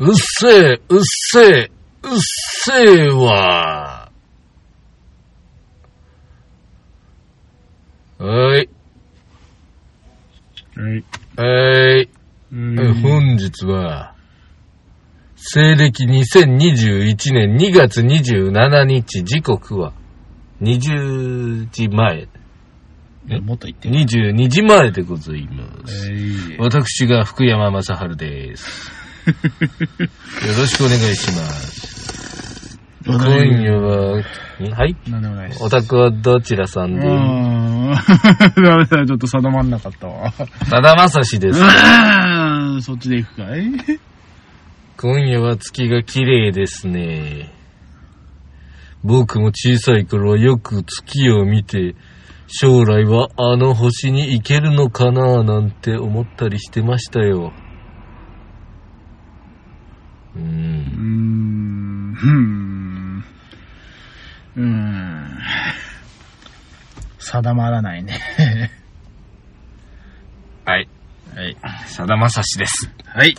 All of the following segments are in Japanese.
うっせえ、うっせえ、うっせえわ。はーい、はい。はーい。うえん。本日は、西暦2021年2月27日、時刻は20時前、えもっと言って。 22時前でございます。はい。私が福山雅治です。 よろしくお願いします。今夜は、んはいなんでもないです。オタクはどちらさうん ーでん。ダメだ、ちょっと定まんなかったわ。さだまさしです。うーん。そっちで行くかい今夜は月が綺麗ですね。僕も小さい頃はよく月を見て、将来はあの星に行けるのかななんて思ったりしてましたよ。ううーん。ん。ふーん。うーん。定まらないね。はい。はい。さだまさしです。はい。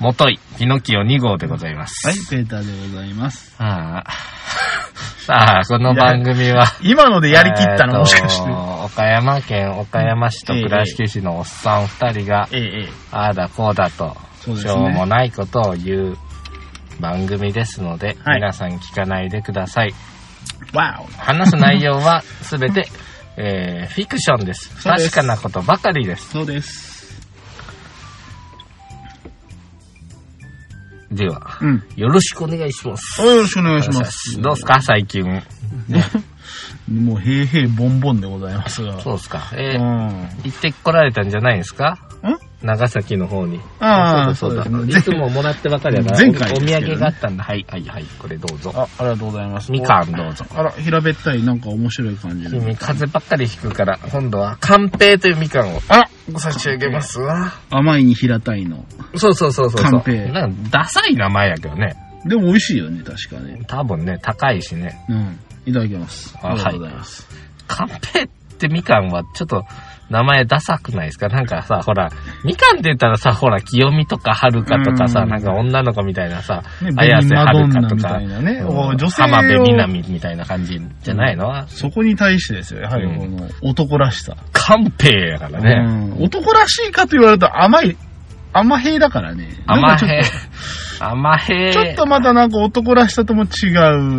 もとい、ピノキオ2号でございますはい、ペーターでございます。ああ。 さあ、この番組は。今のでやりきったえーとのもしかして。岡山県岡山市と倉敷市のおっさん二人が、ええ、ええ。ああだこうだと、そうでしすねょうもないことを言う番組ですので、はい皆さん聞かないでください。わ話す内容はすべ て、えー、フィクションです。そうです確かなことばかりです。おそうです。では、うん。よろしくお願いします。よろしくお願いします。どうすか最近。もう、へいへいボンボンでございますが。そうですか。えーうん。行ってこられたんじゃないですかん長崎の方に。ああそうだそうそうだ。でいすねつももらってばかりやな。前回おお土ですけどね産があったんだ。はい、はい、はい。これどうぞ。あ、ありがとうございます。みかんどうぞ。あら、平べったい、なんか面白い感じで。君、風ばっかり引くから、今度は、寛平というみかんを、あら、ご差し上げますわ。甘いに平たいの。そうそうそうそう。寛平なんか、ダサい名前やけどね。でも美味しいよね、確かね。多分ね、高いしね。うん。いただきます。あありがとうございます。寛平ってみかんは、ちょっと、名前ダサくないですかなんかさ、ほら、みかんって言ったらさ、ほら、清美とか遥かとかさ、うんなんか女の子みたいなさ、ね綾瀬はるかと紅マか、ドンナみたいなねうんお女性を浜辺美波みたいな感じじゃないの、そこに対してですよ、やはりうんこの男らしさ。寛平やからね。うん男らしいかと言われると甘い、甘平だからね。甘なんかちょっへと。甘へちょっとまたなんか男らしさとも違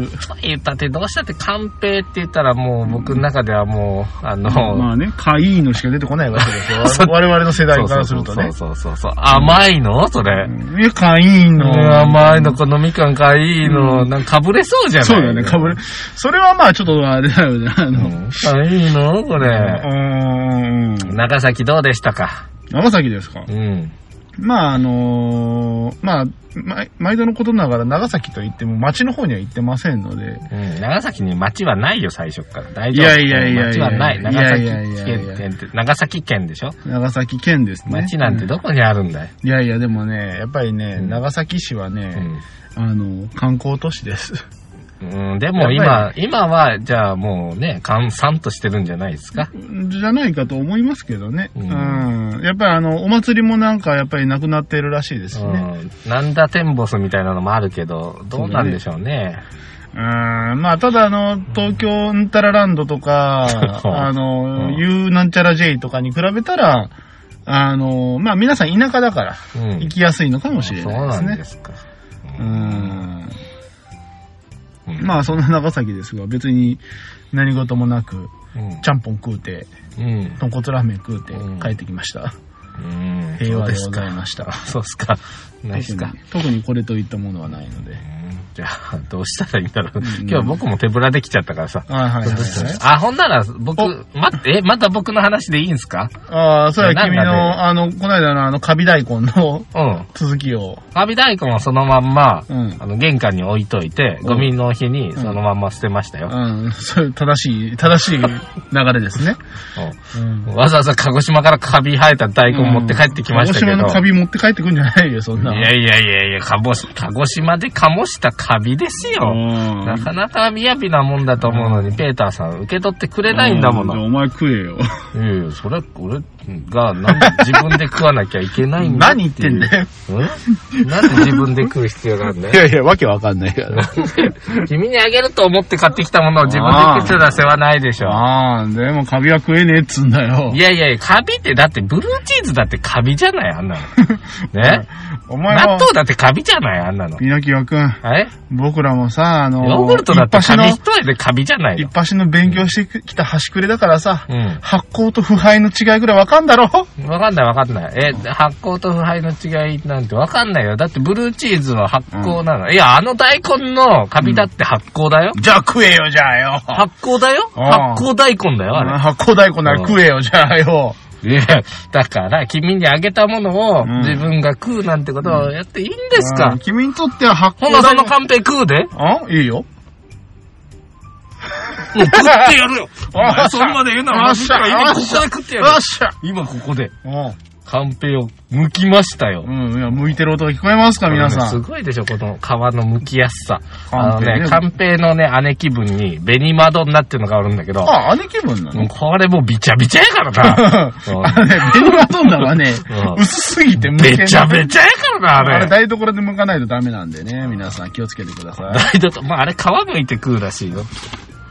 う。と言ったって、どうしたって寛平って言ったらもう僕の中ではもう、あの、まあね、かいいのしか出てこないわけです よそう。我々の世代そうかそらうすそるうとそねう。そうそうそう。甘いのそれ。いや、かいいうんの。甘いの、このみかんかいいの、うなんかかぶれそうじゃないそうだよね、かぶれ。それはまあちょっとあれだよね、あうの。んかいいのこれ。うーん。長崎どうでしたか長崎ですかうん。まああのーまあ、ま毎度のことながら長崎と言っても町の方には行ってませんので。うん、長崎に町はないよ、最初から。大い丈夫。やいやいやいや町はない。長いやいや崎いやいや県って、長崎県でしょ長崎県ですね。町なんてどこにあるんだよ。うんいやいや、でもね、やっぱりね、うん長崎市はね、うんあの、観光都市です。うん、でもや今、今は、じゃあもうね、閑散としてるんじゃないですか。じゃないかと思いますけどね。ううんん。やっぱりあの、お祭りもなんかやっぱりなくなってるらしいですしね。うん。なんだテンボスみたいなのもあるけど、どうなんでしょうね。、うん。まあ、ただあの、東京んたらランドとか そうあうのん、ゆうなんちゃら J とかに比べたら、あの、まあ皆さん田舎だから、うん行きやすいのかもしれそうなないんでですすね。か。うん。うんまあそんな長崎ですが、別に何事もなく、うんちゃんぽん食うて、うん。豚骨ラーメン食うてうん帰ってきました。うん。平和でそごうすざいました。か。そうっすか。ないっすか。特に特にこれといったものはないので。うんじゃあ、どうしたらいいんだろう。ん今日僕も手ぶらできちゃったからさ。あはいはい、どうはしたらいいい。あ、ほんなら、僕お、待って、えまた僕の話でいいんすかああ、それは君いやなの、んあの、この間のあの、カビ大根のうん。続きを。カビ大根をそのまんま、うんあの玄関に置いといて、うんゴミの日にそのまんま捨てましたよ。うん、そういう正しい、正しい流れですね。ううんん。わざわざ鹿児島からカビ生えた大根持って帰ってきましたけど。鹿児島のカビ持って帰ってくんじゃないよ、そんな。いやいやいやいや、鹿児鹿児島で醸したカビですよ。うんなかなか雅なもんだと思うのに、ペーターさん受け取ってくれないんだもの。うお前食えよ。いやいや、それ、俺、が、なんで自分で食わなきゃいけないんだ何言ってんだだよ。んなんで自分で食う必要があるんだいよ。やいや、わけわかんないから。君にあげると思って買ってきたものを自分で食ってた世話ないでしょ。あー、でもカビは食えねえっつうんだよい。やいやいや、カビって、だってブルーチーズだってカビじゃない、あん なの。ねお前納は、豆だってカビじゃない、あんなの。ピノキオくん、え僕らもさ、あの、ヨーグルトだってカビ一一重でカビじゃない発の、の一。発の勉強してきた端くれだからさ、うん。発酵と腐敗の違いぐらいわかんだろわかんないわかんない。え、発酵と腐敗の違いなんてわかんないよ。だってブルーチーズは発酵なの。いや、あの大根のカビだって発酵だよ。じゃあ食えよ、じゃあよ。発酵だよああ発酵大根だよ、あれ。発酵大根なら食えよ、じゃあよ。いや、だから、君にあげたものをうん自分が食うなんてことをやっていいんですうかん君にとっては発酵ほな、そのカンペ食うで。あいいよ。。もう食ってやる よおおっしゃ前、それまで言うなおら、っしゃ今ここで食ってよやる。っしゃ。今ここで、うカンペを剥きましたよ。ん。うん、いや、向いてる音が聞こえますか、皆さすん。ごいでしょ、この皮の剥きやすさ。あカンのペねね、カンペのね、姉貴分に、紅窓になってるのがあるんだけど、あ、姉貴分もなうのこれもうびちゃびちゃやから な。 あのね、ベニマトンダはねう、ん薄すぎて向けないべちゃべちゃやからな、ああれ、れ。台所で剥かないとダメなんでね、皆さん気をつけてくださ大い。だと、まああれ皮剥いて食うらしいよ。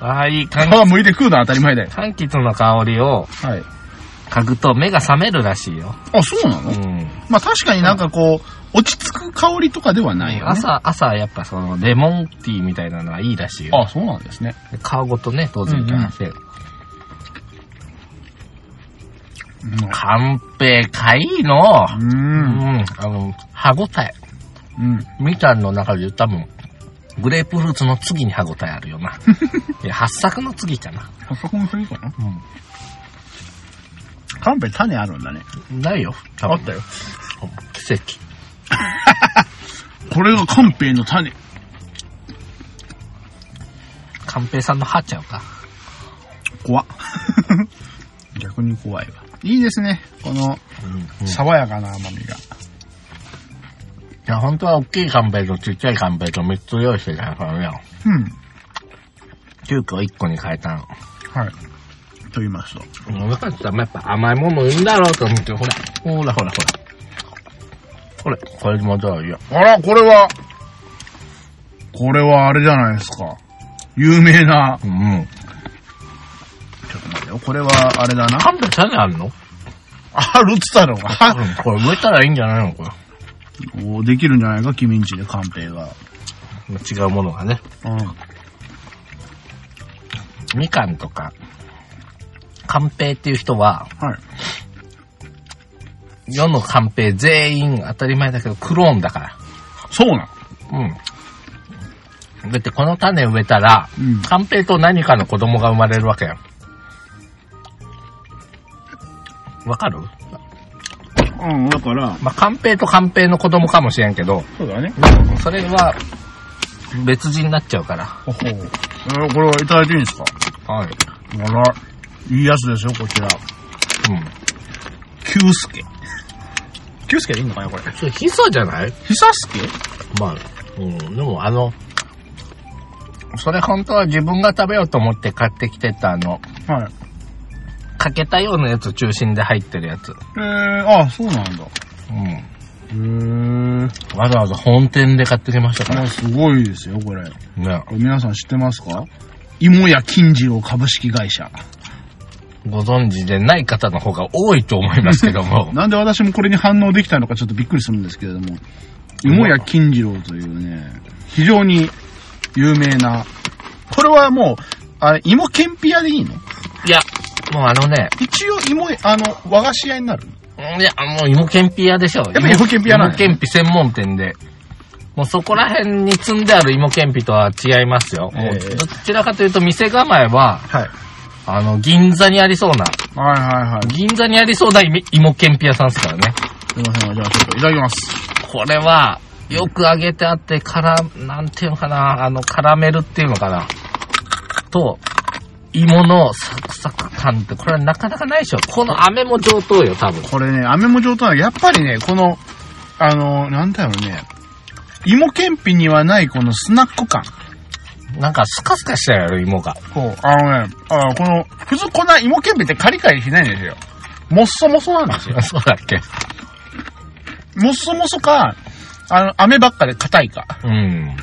ああ、いい柑橘、皮剥いて食うのは当たり前だよ。柑橘の香りをはい。嗅ぐと目が覚めるらしいよ。あ、そうなうのん。まあ確かになんかこう、落ち着く香りとかではないよね。朝、朝やっぱそのレモンティーみたいなのはいいらしいよ。あ、そうなんですね。皮ごとね、当然いただいて。カンペかいいのう。うんん、あの、歯ごたえ。うん。みかんの中で多分、グレープフルーツの次に歯ごたえあるよ な。いや、八作の次かな。あそこもいいかなうカンペ種あるんだね。ん。ないよ。多あ分ったよ。奇跡。これがカンペの種。寛平さんの歯ちゃうか。怖っ 逆に怖いわ。いいですね。この、うん。い爽やかな甘みが。や、本当は大きい寛平とちっちゃい寛平と3つ用意してたからよ。うん。急遽1個に変えたの。はい。と言いますと。お腹ってやっぱ甘いものいいんだろうと思って、ほら、ほらほらほら。これ、これもどうよ。あら、これは、これはあれじゃないですか。有名な。うん。ちょっと待ってよ。これはあれだな。寛平種あるのあるっつったのうか。ん。これ植えたらいいんじゃないのこれ。 おできるんじゃないか、君んちでカンペが。違うものがね。うん。みかんとか、寛平っていう人は、はい。世の寛平全員当たり前だけど、クローンだかそうなら。うん。だってこの種植えたら、うん寛平と何かの子供が生まれるわけよ。わかるの。うん、だから、まあ、寛平と寛平の子供かもしれんけど、そうだね。それは、別人になっちゃうから。ほほう。えーこれはいただいていいんですかはい。あら、いいやつですよ、こちら。うん。キュウスケ。キュウスケでいいのかな、これ。それ、ヒソじゃないヒサスケまあ、うん、でもあの、それ本当は自分が食べようと思って買ってきてたあの、はい。かけたようなやつ中心で入ってるやつ。えー、あ、そうなんだ。うへー。ん。わざわざ本店で買ってきましたかまあ、すごいですよ、これ。ら。ねこ。れ皆さん知ってますか芋屋金次郎株式会社。。ご存知でない方の方が多いと思いますけどもなんで私もこれに反応できたのかちょっとびっくりするんですけれども、芋屋金次郎というね、非常に有名な、これはもう、あれ、芋けんぴ屋でいいの いや、もうあのね、一応芋、あの、和菓子屋になるいや、もう芋けんぴ屋でしょ。やっぱ芋けんぴ屋なん芋だけんぴ専門店で。もうそこら辺に積んである芋けんぴとは違いますよ。もええうどちらかというと店構えは、はい。あの、銀座にありそうな、はいはいはい。銀座にありそうな芋芋けんぴ屋さんですからね。すいません。じゃあちょっといただきます。これは、よく揚げてあって、から、なんていうのかな、あの、絡めるっていうのかな。と、芋のサクサク感って、これはなかなかないでしょ。この飴も上等よ、多分。これね、飴も上等なのやっぱりね、この、あの、なんだろうね、芋けんぴにはないこのスナック感。なんかスカスカしたよ、芋が。 こう、あのね、あこの、普通こんな芋けんぴってカリカリしないんですよ。もっそもそなんですよ。そうだっけもっそもそか、あの、飴ばっかで硬いか。うん。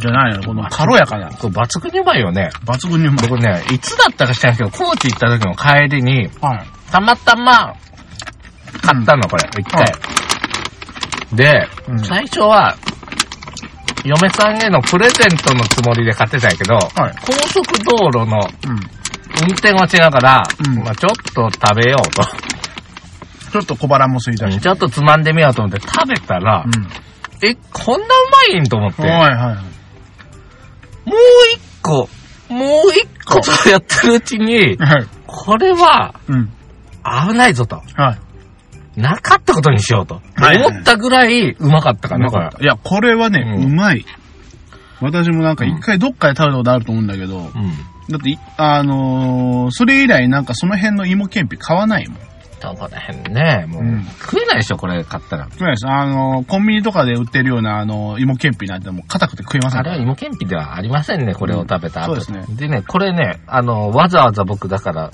じゃないの、この軽やかな。これ抜群にうまいよね。抜群にうまい。僕ね、いつだったか知らないけど、高知行った時の帰りに、はい。たまたま、買ったの、これ。一回。で、うん最初は、嫁さんへのプレゼントのつもりで買ってたんやけど、はい高速道路のうん。運転をしながら、うんまあちょっと食べようと、ちょっと小腹も空いたし。ちょっとつまんでみようと思って食べたら、うん。え、こんなうまいんと思って、はいもうはいはい。一個、もう一個とやってるうちに、はい。これはうん。危ないぞと。はい。なかったことにしようと。はいはい思ったぐらいうまかったからね、これ。いや、これはね、ううんまい。私もなんか一回どっかで食べたことあると思うんだけど、だうん。ってい、あのーそれ以来なんかその辺の芋けんぴ買わないもん。どこら辺ね、もう、うん食えないでしょ、これ買ったら。そうです。あのーコンビニとかで売ってるような、あのー芋けんぴなんてもう硬くて食えませんあかれらは芋けんぴではありませんね、これを食べた後、うんそうですでね、これね、あの、わざわざ僕だから、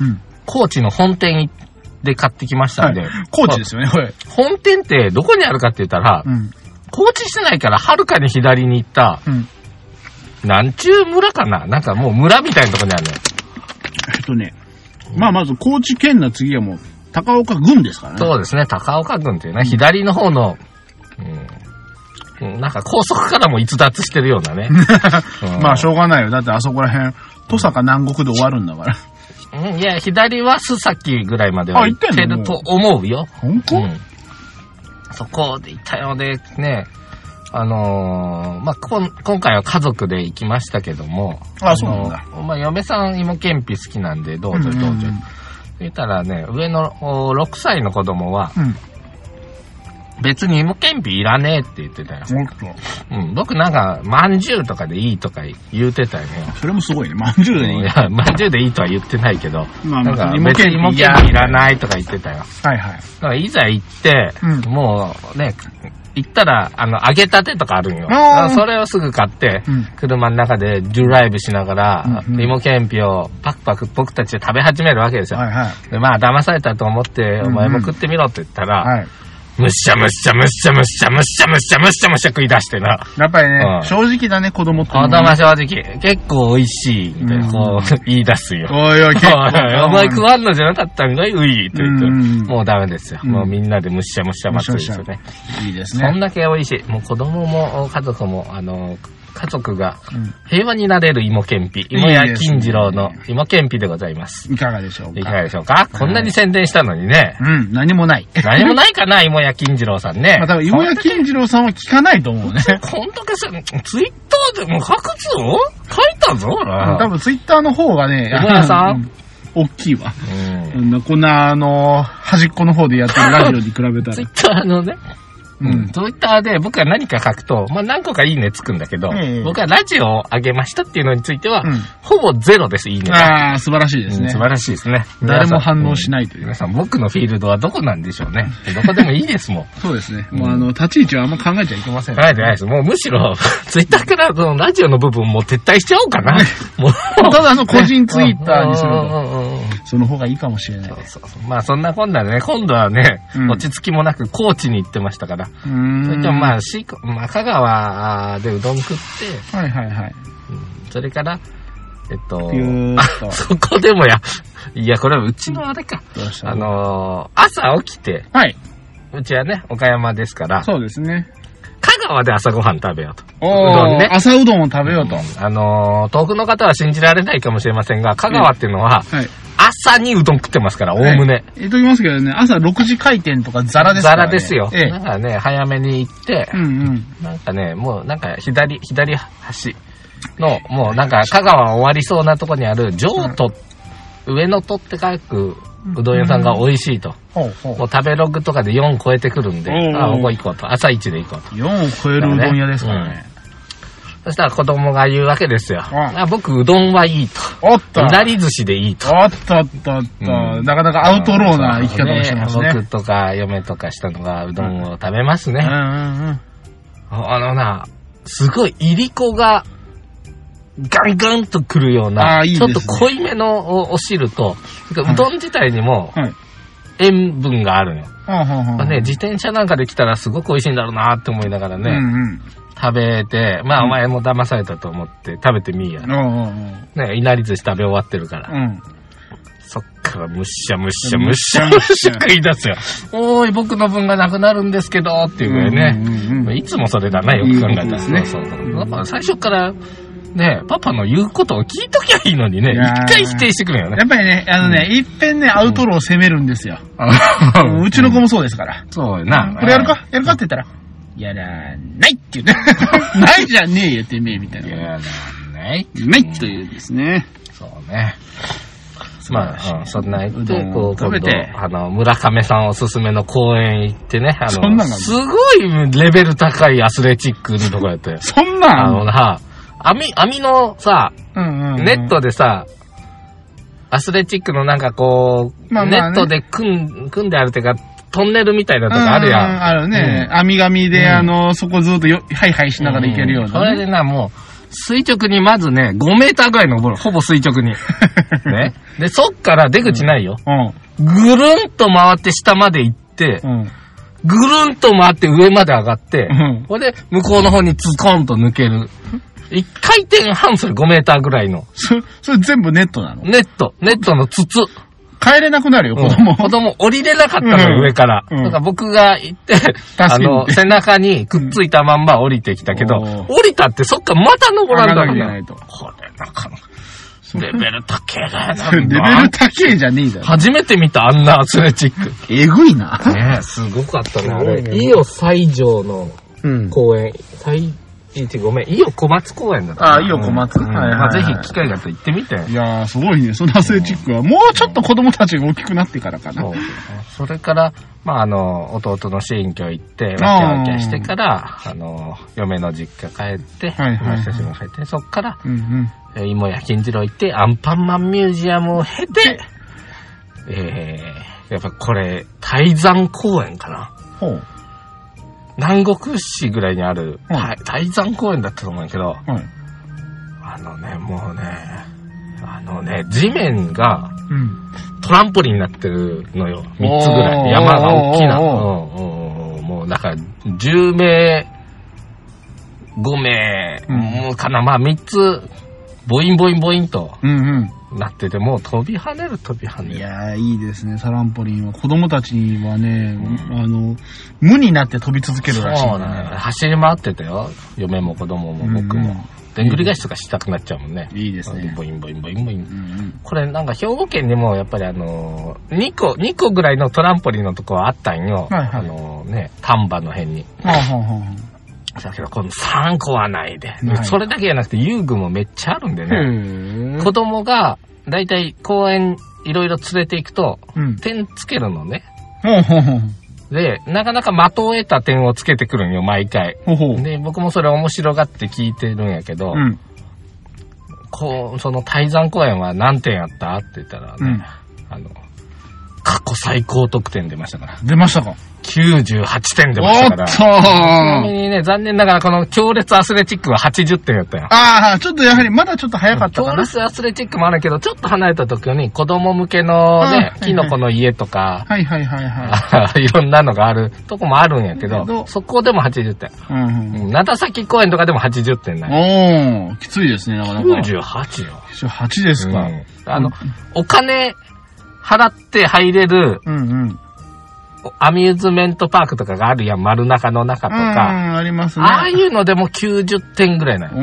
うん。高知の本店で買ってきましたんで。はい。高知ですよね、これ。本店ってどこにあるかって言ったら、うん。高知市内からはるかに左に行った、うん。なんちゅう村かななんかもう村みたいなとこにあるのよ。えっとね、まあまず高知県の次はもう、高岡郡ですからね。そうですね、高岡郡っていうね、左の方の、うん、うんなんか高速からも逸脱してるよう なね。うんまあしょうがないよ。だってあそこら辺、登坂南国で終わるんだから。うんいや、左は須崎ぐらいまではあ行行っっててんのると思うよ。本当、うん。そこで行ったよね、ね。あのーまあ、こん、今回は家族で行きましたけども。あそうなんだあのまあ、嫁さん芋けんぴ好きなんで、どうぞどうぞ。うんうんうん言ったらね、上のお6歳の子供は、うん。別に芋けんぴいらねえって言ってたよ。おっと。うん、僕なんか、まんじゅうとかでいいとか言うてたよね。それもすごいね。まんじゅうでいね。や、まんじゅうでいいとは言ってないけど、まあなんまかあ、別に芋芋けけんんぴぴいらないとか言ってたよ。だはいはい。からいざ行って、うんもうね、行ったら、あの、揚げたてとかあるんよ。あーそれをすぐ買って、うん車の中でドライブしながら、うんうん芋けんぴをパクパク僕たちで食べ始めるわけですよ。はいはい。でまあ、騙されたと思って、んお前も食ってみろって言ったら、はい。むっしゃむっしゃむっしゃむっしゃむっしゃむっしゃむっしゃむっしゃ食い出してな。やっぱりね、はい正直だね、子供って。子供は正直、結構美味しい、みたいな、うこんう、言い出す よ。おいおい、結構。お前食わんのじゃなかったんかいういって言って、うんもうダメですよ。うんもうみんなでむしゃむしゃ祭りですよむしね。いいですそんね。だけ美味しい。もう子供も家族も、あの、家族がうん平和になれる芋けんぴ。ね芋屋金次郎の芋けんぴでございます。いかがでしょういかがか。でしょうかこんなに宣伝したのにね。うん、何もない。何もないかな、芋屋金次郎さんね。まあ、多分、芋屋金次郎さんは聞かないと思うね。こんだけさ、ツイッターでも書くぞ書いたぞ、俺多分、ツイッターの方がね、芋屋さんあのうん大きいわ。うんうんこんな、あの、端っこの方でやってるラジオに比べたツイら。ッターのね、ううんん、ツイッターで僕が何か書くと、まあ何個かいいねつくんだけど、ええ僕はラジオを上げましたっていうのについては、うんほぼゼロです、いいねが。ああ、素晴らしいですうんね素。晴らしいですね。誰も反応しないという皆さん、うん皆さん僕のフィールドはどこなんでしょうね。どこでもいいですもん。そうですね。んもう、あの、立ち位置はあんま考えちゃいけません。ないでないです。もうむしろ、ツイッターからそのラジオの部分もう撤退しちゃおうかな。もう。ただ、の、個人ツイッターにするうんうと、んうんうんその方がいいかもしれないそ。うそうそうまあそんなこんなでね、今度はね、うん落ち着きもなく高知に行ってましたから。うーんそれとまあ、しまあ、香川でうどん食って、はいはいはい。それから、えっとピ、ューっと。そこでもや、いや、これはうちのあれか。どうしたあのー朝起きて、はい。うちはね、岡山ですから、そうですね。香川で朝ごはん食べようと。おどんねー朝うどんを食べようと。はあのー遠くの方は信じられないかもしれませんが、香川っていうのは、い。朝にうどん食ってますから、おおむね。え。言っときますけどね、朝6時開店とかザラですザからラね。ですよ。えだからね、早めに行ってえ。う、んうん。なんかね、もうなんか左、左端の、もうなんか香川終わりそうなとこにある、上都、上野とって書くうどん屋さんが美味しいと。ほうほうもう。食べログとかで4超えてくるんで、おうおうあ、ここ行こうと。朝一で行こうと。 4を超えるうどん屋ですからね。そしたら子供が言うわけですよ。うんあ僕、うどんはいいと。おっとうなり寿司でいいと。おっとっとっと、うんなかなかアウトローな生き方をしてますね。僕とか嫁とかしたのがうどんを食べますね。うんうんうん。あのな、すごい、いりこが、ガンガンとくるような、あーいいちでょすっねと濃いめのおお汁と、はいうどん自体にも、はい。塩分があるのよ。はあはあはまああね、自転車なんかで来たらすごく美味しいんだろうなって思いながらうね、ん食べて、まあお前も騙されたと思って食べてみいやうん。。あね、いなり寿司食べ終わってるからあ、。うん。そっからむっしゃむっしゃむっしゃむっしゃ食い出すよ。おーい、僕の分がなくなるんですけど、っていうぐらいね。うんうんうんいつもそれだな、よく考えたいいことでら。すねそうそうそうだから最初から、ね、パパの言うことを聞いときゃいいのにね、いやー一回否定してくるよね。やっぱりね、あのね、いっぺんね、アウトローを攻めるんですよ。 うちの子もそうですから。そうやな。これやるかやるかって言ったら、やらないって言って、 ないじゃねえよ、てめえ、みたいいな。や、ない。ないというですね。そうね。まあ、うんそんな言っうどんて、をこう、食今べ度て、あの、村上さんおすすめの公園行ってね、あそんなの、の。すごいレベル高いアスレチックのとこやったよそんあなんのな、網、網のさ、うんうんネットでさ、アスレチックのなんかこう、まあまネあねットで組ん、組んであるっていうか、トンネルみたいなとこあるやん。ううあるね。網紙で、あの、そこずっとよ、ハイハイしながら行けるようそなれね。でな、もう、垂直にまずね、5メーターぐらい登る。ほぼ垂直に。ね。で、そっから出口ないよ。うぐるんと回って下まで行って、ん。うん。ぐるんと回って上まで上がってうん、これで向こうの方にズコンと抜ける。一回転半する5メーターぐらいの。そ、それ全部ネットなのネット、ネットの筒。帰れなくなるよ、子供。子供降りれなかったのうよ、ん上から。うんだから僕が行って、かにあの、背中にくっついたまんま降りてきたけど、うんおー降りたってそっからまた登らんだ上がらなきゃいけかないら。とこれなかなか。レベル高えな。 レベル高えじゃねえだろ。初めて見たあんなアスレチック。えぐいな。ねえ、 すごかったな。あすごいれね、伊予西条のうん。公園、最、一ごめん、伊予小松公園だったな。あ伊予小松うんはいはいはいまあぜひ機会があったら行ってみて。いやー、すごいね。そのアスレチックは、もうちょっと子供たちが大きくなってからかな。そうそれから、まあ、あの、弟の新居行って、わあけーわけしてから、あの、嫁の実家帰って、はいはいはい久しぶりに帰って、そっから、うんうん。えー芋や金次郎行って、アンパンマンミュージアムを経て、えー、やっぱこれ、泰山公園かな。ほう。南国市ぐらいにある、うんた泰山公園だったと思うんだけど、はい。あのね、もうね、あのね、地面がうん。トランポリンになってるのよ。3つぐらい。山が大きな。うおんうんーうんもうだから、10名、5名、うんうんかな。まあ3つ、ボインボインボインとうんなってて、もう飛び跳ねる飛び跳うん。ねいる。やー、いいですね、トランポリンは。子供たちにはね、あの、無になって飛び続けるらしいそんうだね、だね。走り回ってたよ。嫁も子供も僕うんも。でんぐり返しとかしたくなっちゃうもんね。いいですね。ボインボインボインボインう。んこれなんか兵庫県にもやっぱりあのー、2個、2個ぐらいのトランポリンのとこはあったんよ。はいはいあのーね、丹波の辺に。うん。はあはあはあ。だけどこの3個はないで。ないそれだけじゃなくて遊具もめっちゃあるんでね。へ子供がだいたい公園いろいろ連れて行くと、うん。点つけるのね。ほうほうほう。で、なかなか的を得た点をつけてくるんよ、毎回。ほうほう。で、僕もそれ面白がって聞いてるんやけど、うん。こう、その泰山公園は何点やったって言ったらうね、ん。あの、過去最高得点出ましたから。出ましたか。 98点出おましたかっら。とちーなみにね、残念ながらこの強烈アスレチックは80点やったよ。ああ、ちょっとやはりまだちょっと早かった強かな。烈アスレチックもあるけど、ちょっと離れた時に子供向けのはいはいねは、いキノコの家とか、 はいはいはいはい。いろんなのがあるとこもあるんやけけどど、そこでも80点。うんうん。うん長崎公園とかでも80点ない。おー、きついですね、なかなか。 98よ。 8ですか。うんあの、お金払って入れるうんうん。アミューズメントパークとかがあるやん、丸中の中とうか。んうん、ありますね。ああいうのでも90点ぐらいなの。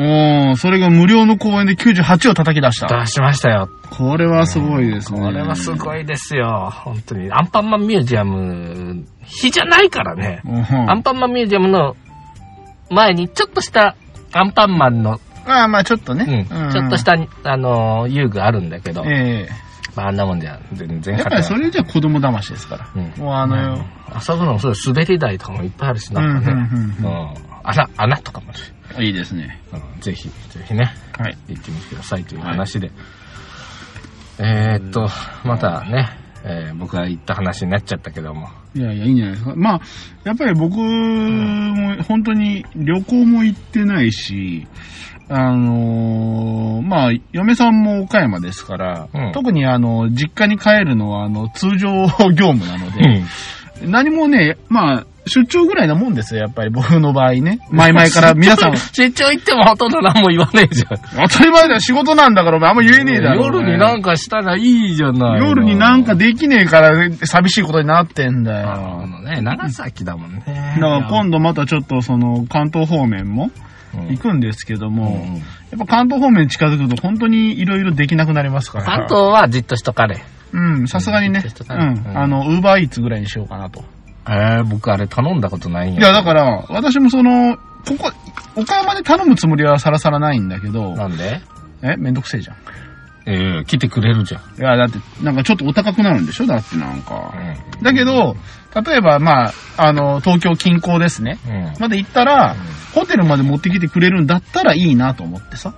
おー、それが無料の公演で98を叩き出した。出しましたよ。これはすごいですね。これはすごいですよ。本当に。アンパンマンミュージアム、日じゃないからね。うんうん。アンパンマンミュージアムの前にちょっとしたアンパンマンの、まあまあ、ちょっとうねん。ちょっとした、あのー、遊具あるんだけど、ええまああんなもんじゃ全然や勝ってぱりないそれじゃ子供騙しですから。うんもうあのうん遊ぶのもそうだ滑り台とかもいっぱいあるしな、んかね。うんうんうんうん穴、穴とかもあるし。いいですね。うんぜひ、ぜひね。はい。行ってみてくださいという話で、えーっとまたね、えー僕が言った話になっちゃったけども。いやいや、いいんじゃないですか。まあ、やっぱり僕も本当に旅行も行ってないし、あのーまあ、嫁さんも岡山ですから、うん特にあの、実家に帰るのはあの、通常業務なのうで、ん。何もね、まあ、出張ぐらいなもんですよ、やっぱり 僕の場合ね。前々から皆さん、出張行ってもほとんど何も言わねえじゃん。当たり前だよ、仕事なんだからお前あんま言えねえだろ。夜になんかしたらいいじゃないの。夜になんかできねえから寂しいことになってんだあよ。のね、長崎だもんね。だから今度またちょっとその関東方面もうん行くんですけども、うんやっぱ関東方面に近づくと本当にいろいろできなくなりますから。関東はじっとしとかれ。うん、さすがにねちょっと。う高いうんん。あの、ウーバーイーツぐらいにしようかなと。えー、僕あれ頼んだことないんいや、だから、私もその、ここ、岡山で頼むつもりはさらさらないんだけど、なんでえ、めんどくせえじゃん。ええ来てくれるじゃん。いや、だって、なんかちょっとお高くなるんでしょだってなんか。うだけど、例えば、まあ、あの、東京近郊ですね。ん。うん。まで行ったら、ホテルまで持ってきてくれるんだったらいいなと思ってさ。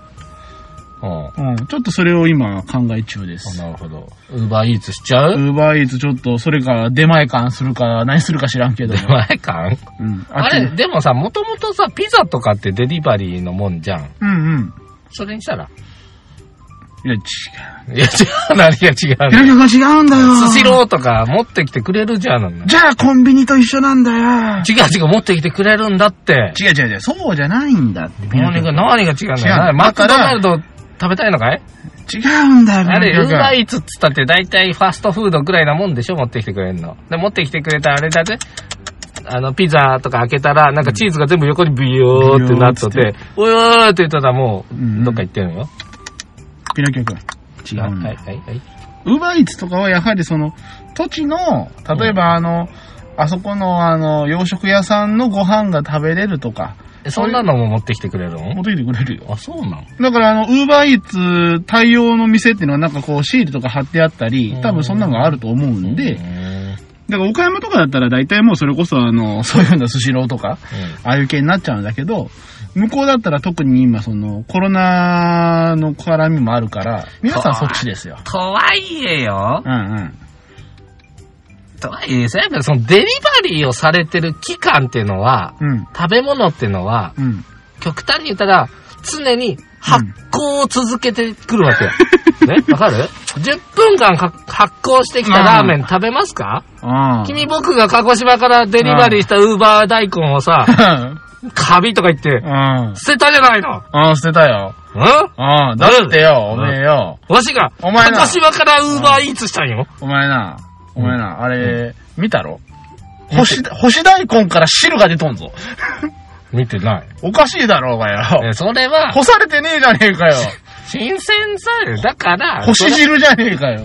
あうん。ちょっとそれを今考え中です。なるほど。ウーバーイーツしちゃウうーバーイーツちょっと、それか出前館するか、何するか知らんけど。出前館うん。あっちれ、でもさ、もともとさ、ピザとかってデリバリーのもんじゃん。うんうん。それにしたら。いや、違う。いや、違うな、いや、違うな。平野が違うんだよ。スシローとか持ってきてくれるじゃん。違うじゃあコンビニと一緒なんだよ。違う、持ってきてくれるんだって。違う違う違う。そうじゃないんだって。何が、何が違うんだ違うよ。なマクドナルド食べたいのかい違うんだよ、あれ、平ウー野君バーイーツっつったって大体ファストフードぐらいなもんでしょ持ってきてくれんの。で、持ってきてくれたあれだぜ。あの、ピザとか開けたら、なんかチーズが全部横にビヨーってなっとっビヨーて、およーって言ったらもうんうんう、どっか行ってるのよ。ピノキオ君。違はうい、んだはよい、はい。ウーバーイーツとかはやはりその土地の、例えばあの、あそこのあの、洋食屋さんのご飯が食べれるとか、えそんなのも持ってきてくれるの持ってきてくれるよ。あ、そうなのだからあの、ウーバーイーツ対応の店っていうのはなんかこうシールとか貼ってあったりう、ん多分そんなのがあると思うんうで、んだから岡山とかだったら大体もうそれこそあの、 そういうようなスシローとか、ああいう系になっちゃうんだけど、向こうだったら特に今そのコロナの絡みもあるから、皆さんそっちですよ。とはいえよう。んうん。とはいえ、そうやっぱりそのデリバリーをされてる期間っていうのは、うん。食べ物っていうのは、うん。極端に言ったら、常に発酵を続けてくるわけよ。ねわかる ?10 分間か発酵してきたラーメン食べますかああ。 君僕が鹿児島からデリバリーしたウーバー大根をさ、カビとか言って、うん。捨てたじゃないのうん、捨てたよ。んうん、だってよ、おめえよ。わしが、お前な鹿児島からウーバーイーツしたんよ。お前な、お前な、あれ、見たろ干し、干し大根から汁が出とんぞ。見てない。おかしいだろうがよ。え、それは、干されてねえじゃねえ かよ。新鮮さよ。だから、干しそれ汁じゃねえかよ。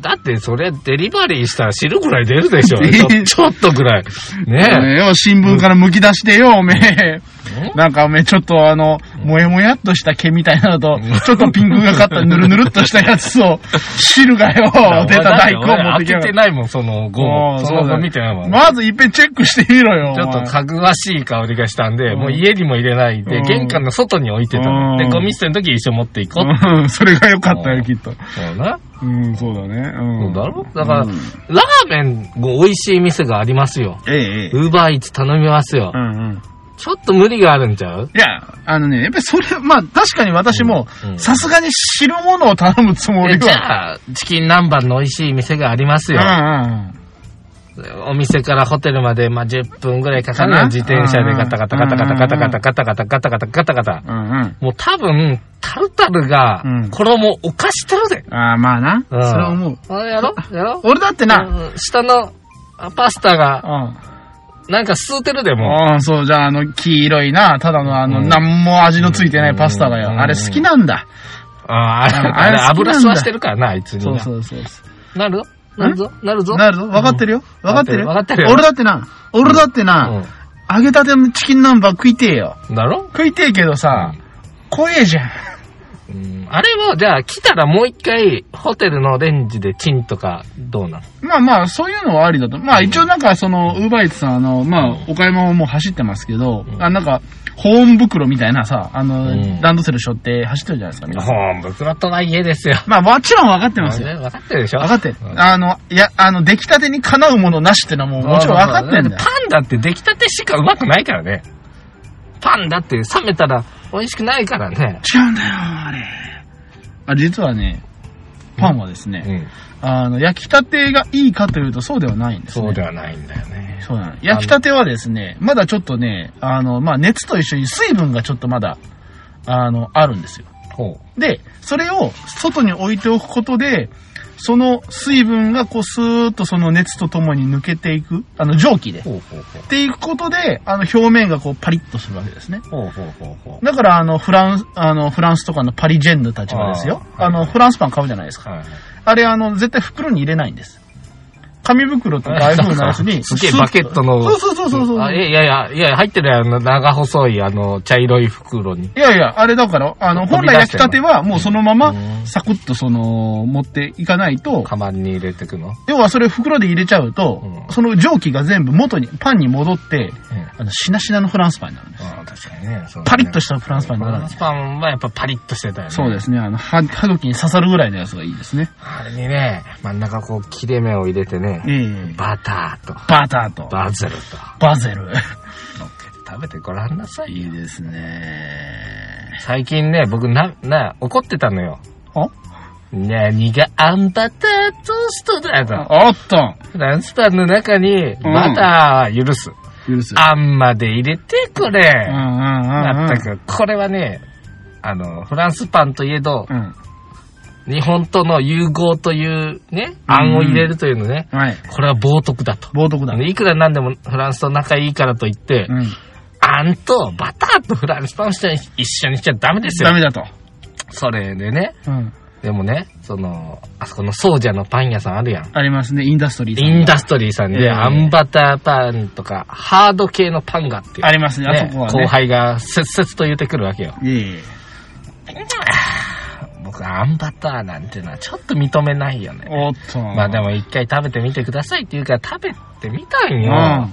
だってそれデリバリーしたら汁ぐらい出るでしょ。 出るちょちょっとぐらい。 おねめえよ、新聞から剥き出してよ、おめえ。え。なんかおめえちょっとあの、もやもやっとした毛みたいなのと、ちょっとピンクがかったぬるぬるっとしたやつ を、汁がよ、出た大根持ってきや開けてがないもん、その後おーそそうだのよ後見てないもん。まずいっぺんチェックしてみろよ、おちょっと前かぐわしい香りがしたんで、んもう家にも入れないで、うん玄関の外に置いてたうの。んで、ゴミ捨ての時一緒持っていこうって。うん、それが良かったよ、きっと。そうな。うん、そうだね。。そううんだろだから、うんラーメンも美味しい店がありますよ。ええ、ええ。ウーバーイーツ頼みますよう。んうん。ちょっと無理があるんちゃういや、あのね、やっぱりそれ、まあ確かに私もうんう、んさすがに汁物を頼むつもえりじは。ゃあ、チキン南蛮の美味しい店がありますうんよう。んお店からホテルまで、まあ、10分ぐらいかかるのかな自転車でガタガタガタガタガタガタガタガタガタガタガタガタ。うん。うんうん。もう多分、タルタルがうん、衣を犯してるぜ。ああ、まあな。そうんれは思う。あやろやろ俺だってな、うん下のあパスタが、うなんか吸うてるでん。もうん、そう、じゃああの、黄色いな、ただのあうの、んなんも味のついてないパスタがうよ。んあれ好きなんだ。う。ああれ、うんあれあれ好き油なんだ吸わしてるからな、あいつにそうな。そうそうそなるぞなるぞなるぞう。なるぞ。分かってるよ。分かってる。分かってるよ俺だってな、俺だってな、揚げたてのチキン南蛮食いてえよ。うんだろ食いてえけどさ、怖えじゃん。うんあれを、じゃあ来たらもう一回、ホテルのレンジでチンとか、どうなのまあまあ、そういうのはありだと。まあ一応なんかその、ウーバーイーツさん、あの、まあ、岡山をもう走ってますけど、うんあ、なんか、保温袋みたいなさ、あの、うんランドセル背負って走ってるじゃないですか、皆さん。もう、袋とない家ですよ。まあ、もちろん分かってますよ。分かってるでしょ分かってるう。んあの、いや、あの、出来たてにかなうものなしってのはもう、もちろん分かってるんだよパ。ンダって出来たてしかうまくないからね。パンダって冷めたら美味しくないからね。違うんだよ、あれ。あ、実はね、パンはですね、ん。あの、焼きたてがいいかというとそうではないんですね。そうではないんだよね。そうなの。焼きたてはですね、まだちょっとね、あの、まあ、熱と一緒に水分がちょっとまだ、あの、あるんですよ。ほで、それを外に置いておくことで、その水分がこうスーッとその熱とともに抜けていく、あの蒸気う。で。っほうほうほう。ていくことで、あの表面がこうパリッとするわけですね。ほうほうほうほだからあのフランス、あのフランスとかのパリジェンヌたちがですよ、あーあのフランスパン買うじゃないですう。か。はい。あれあの絶対袋に入れないんです。紙袋とかああいう風なやつ に。すげえバケットのそうそうそうそうそう。あいやいや、いや、入ってるやん。長細い、あの、茶色い袋に。いやいや、あれだから、あの、飛本び来出し焼てきんのたてはもうそのまうんま、サクッとその、持っていかないと、カバンに入れてくの。要はそれを袋で入れちゃうとう、んその蒸気が全部元に、パンに戻って、うん。あの、しなしなのフランスパンになるんです。ああ確かにね。そうだねパリッとしたフランスパンにフなラらンないス。パンはやっぱパリッとしてたよね。そうで。すね、あの、歯、歯茎に刺さるぐらいのやつがいいですね。あれにね、真ん中こう切れ目を入れてね、ええバターとバターと、バズルとバゼル。乗っけて食べてごらんなさいよ。いいですね。最近ね、僕な、な、怒ってたのよ。あ何があんバタートーストだと。あっとフランスパンの中にバターは許す。許す。あんまで入れてくれ。うんうんうんまうん。ったく、これはね、あの、フランスパンといえど、うん。日本との融合というね、案を入れるというのね、はい。これは冒涜だと。冒涜だ。いくらなんでもフランスと仲いいからといって、うん。あんとバターとフランスパンを一緒にしちゃダメですよダ。メだと。それでね、うん。でもね、その、あそこのソージャのパン屋さんあるやん。ありますね、インダストリーさんインダストリーさんえで、えあんバターパンとか、ハード系のパンがあって、ありますね、あねそこはね。後輩がせっせつと言ってくるわけよ。いえいえ。僕、あんバターなんてのはちょっと認めないよね。おっと。まあでも。も一回食べてみてくださいって言うから食べてみたうんん。よ。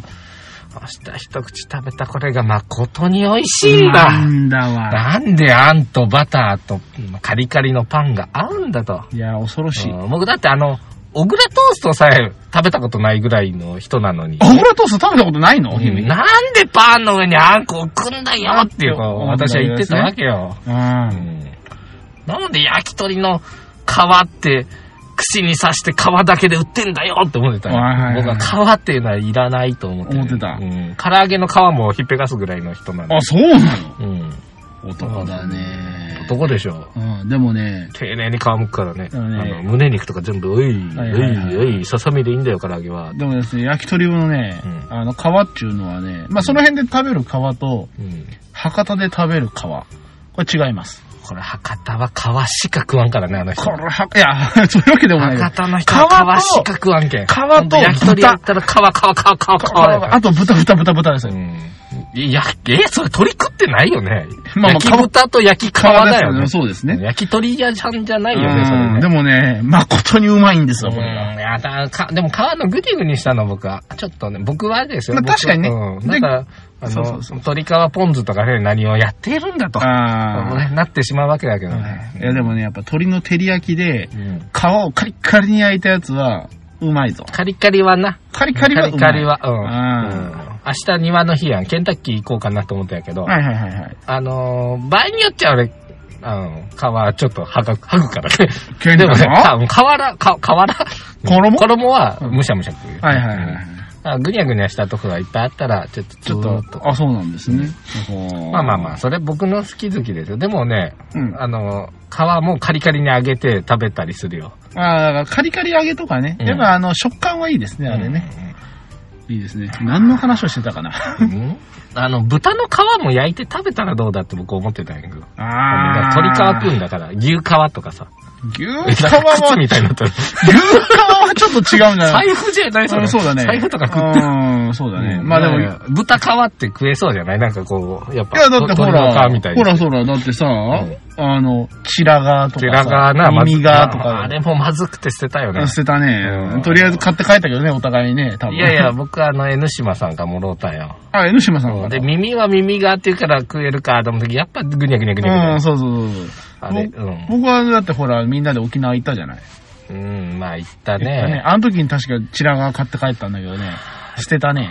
そしたら一口食べたこれが誠に美味しいんだ。なんだわ。なんであんとバターとカリカリのパンが合うんだと。いや、恐ろしい。うん僕だってあの、小倉トーストさえ食べたことないぐらいの人なのに。オフラトースト食べたことないのうおん姫。うん。なんでパンの上にあんこ置くんだよっていうこうなんて私は言ってたわけよ。うんなんで焼き鳥の皮って串に刺して皮だけで売ってんだよって思ってたよはいはいはい僕は皮っていうのはいらないと思ってる思ってたうん。唐揚げの皮もひっぺがすぐらいの人なんであ、。そうなのうん。男だね。男でしょ。うん、でもね、丁寧に皮むくからね。そうねあの胸肉とか全部、おい、おはいはいはいい、おい、ささみでいいんだよ、唐揚げは。でもですね、焼き鳥のねうん、あの、皮っていうのはね、まあその辺で食べる皮と、うん。博多で食べる皮。これ違います。これ、博多は皮しか食わんからね、あの人こ。れは、いや、 そういうわけでもないよ博多の人は皮しか食わんけん。皮とほん焼き鳥や豚ったら皮、皮、皮、皮、皮やからあ。と、豚、豚、豚、豚ですうよ。ん。いや、え、それ鳥食ってないよね。まあまあ焼き豚と焼き皮だよ皮ねです。そうですね。焼き鳥屋さんじゃないよね、それうんね。でもね、誠にうまいんですうよ、んこれが。いやだかでも皮のグリグリしたの僕は、ちょっとね、僕はですよ。まあ僕は確かにねうん、なでんか、あそうのそう、そう鶏皮ポン酢とかね、何をやっているんだと、あーねなってしまうわけだけどはいね。いやでもね、やっぱ鶏の照り焼きで、うん皮をカリッカリに焼いたやつは、うまいぞ。カリカリはな、カリカリはうまい。カリは、うん。うんうん明日庭の日やん、ケンタッキー行こうかなと思ったんやけど、はいはいはいはい。あのー場合によっちゃ俺、あの、皮ちょっとはがく、はぐからね。ケンでタもね、のか瓦、か瓦衣衣はむしゃむしゃ食うよ。はいはいはいはい。あぐにゃぐにゃしたとこがいっぱいあったら、ちょっと、ちょっと、あ、そうなんですね。まあまあまあ。あ、それ僕の好き好きですよ。でもね、うん。ああの、皮もカリカリに揚げて食べたりするよ。あ、だからカリカリ揚げとかね。うんやっぱあの、食感はいいですね、あれね。いいですね。何の話をしてたかな。うん。うんあの、豚の皮も焼いて食べたらどうだって僕思ってたんやけど。あ鶏皮食うんだから、牛皮とかさ。牛え革なんかは靴、みたいになったら。牛革はちょっと違うんじ ゃない財布じゃないそうんれ。そうだね。財布とか食って。うん、そうだね。まあでも、いや、も、豚皮って食えそうじゃないなんかこう、やっぱ。だってほ鳥ら、の皮みたいほらほら、だってさ、あの、チラガーとかさ、テラガーな、耳ガーとまあかあ、れもまずくて捨てたよね。捨てたうねん。とりあえず買って帰ったけどね、お互いね、多分。いやいや、。僕あの、N 島さんがもろうたんよ。あ、江ノ島さんが。で、耳は耳がって言うから食えるかと思った時、やっぱぐにゃぐにゃぐにゃぐにうゃん、。そうそうそう。あれ、ぼ僕はだってほら、みんなで沖縄行ったじゃない。うん。うん、まあ言った行ったねね。あの時に確かチラガー買って帰ったんだけどね。捨てたね。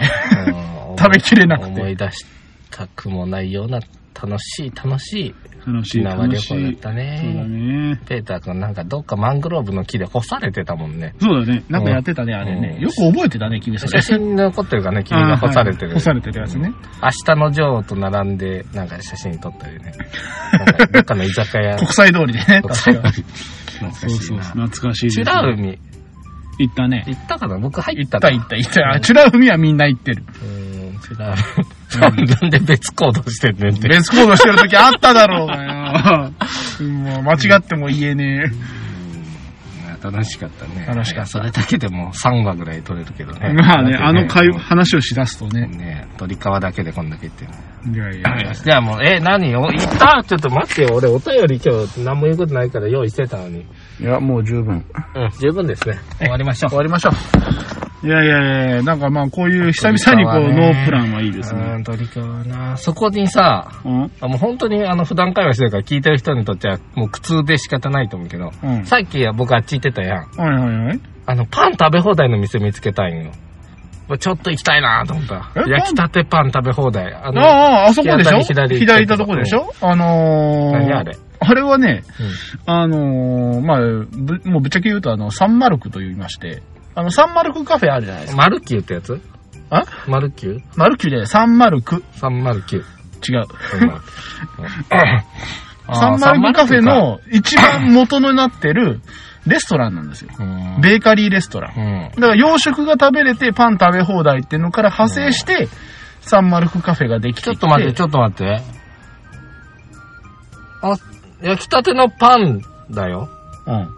うん食べきれなくて思い出したくもないような、楽しい、楽しい楽沖縄旅行だったそうだね。ね。ペーター君なんかどっかマングローブの木で干されてたもんね。そうだね。なんかやってたね、あれうねん。よく覚えてたね、君それ写。真に残ってる からね、 君が干されてあーはいる。干されてるやつね。明日の女王と並んで、なんか写真撮った りね。なんかどっかの居酒屋。国際通りでね。国際確か懐かそうしいそう、な懐かしいですチュね。ラ海、行ったね。行ったかな僕入っ行ったた行った行った。あチュラ海はみんな行ってる。うーん、チュラ海。 なんで別行動してんねんって。レスコードしてる時あっただろ うがよ。もう間違っても言えね楽しかったね。楽しかったいやそれだけでも3話ぐらい撮れるけどえ。ね。まあね、あの会話。話をしだすとね。ね鳥皮だけでこんだけ言ってる。いやいやいや。じゃあもう、え、何を言ったちょっと待ってよ。俺お便り今日何も言うことないから用意してたのに。いや、もう十分。うん、十分ですね。終わりましょう。終わりましょう。いやいやいや、なんかまあこういう久々にこう、ノープランはいいですね。うん、鳥皮な。そこにさ、うんあもう本当にあの普段会話してるから聞いてる人にとってはもう苦痛で仕方ないと思うけど、うんさっきは僕あっち行ってたやん。はいはいはい。あのパン食べ放題の店見つけたいんよ。もうちょっと行きたいなと思った。え焼きたてパン食べ放題。ああの、あ、あそこでしょ突き当たり左左行ったとこでしょあの何あー、れ。あれはね、うんあのー、まあ、ぶ、もうぶっちゃけ言うと、あの、サンマルクと言いまして、あの、サンマルクカフェあるじゃないですか。マルキューってやつあマルキューマルキューじゃない、サンマルク。 ?309。違う。サあーンマルクカフェ。 309かの一番元になってるレストランなんですよ。うんベーカリーレストラン。うんだから洋食が食べれてパン食べ放題っていうのから派生して、サンマルクカフェができてきちょっと待って、ちょっと待って。あ、焼きたてのパンだよ。うん。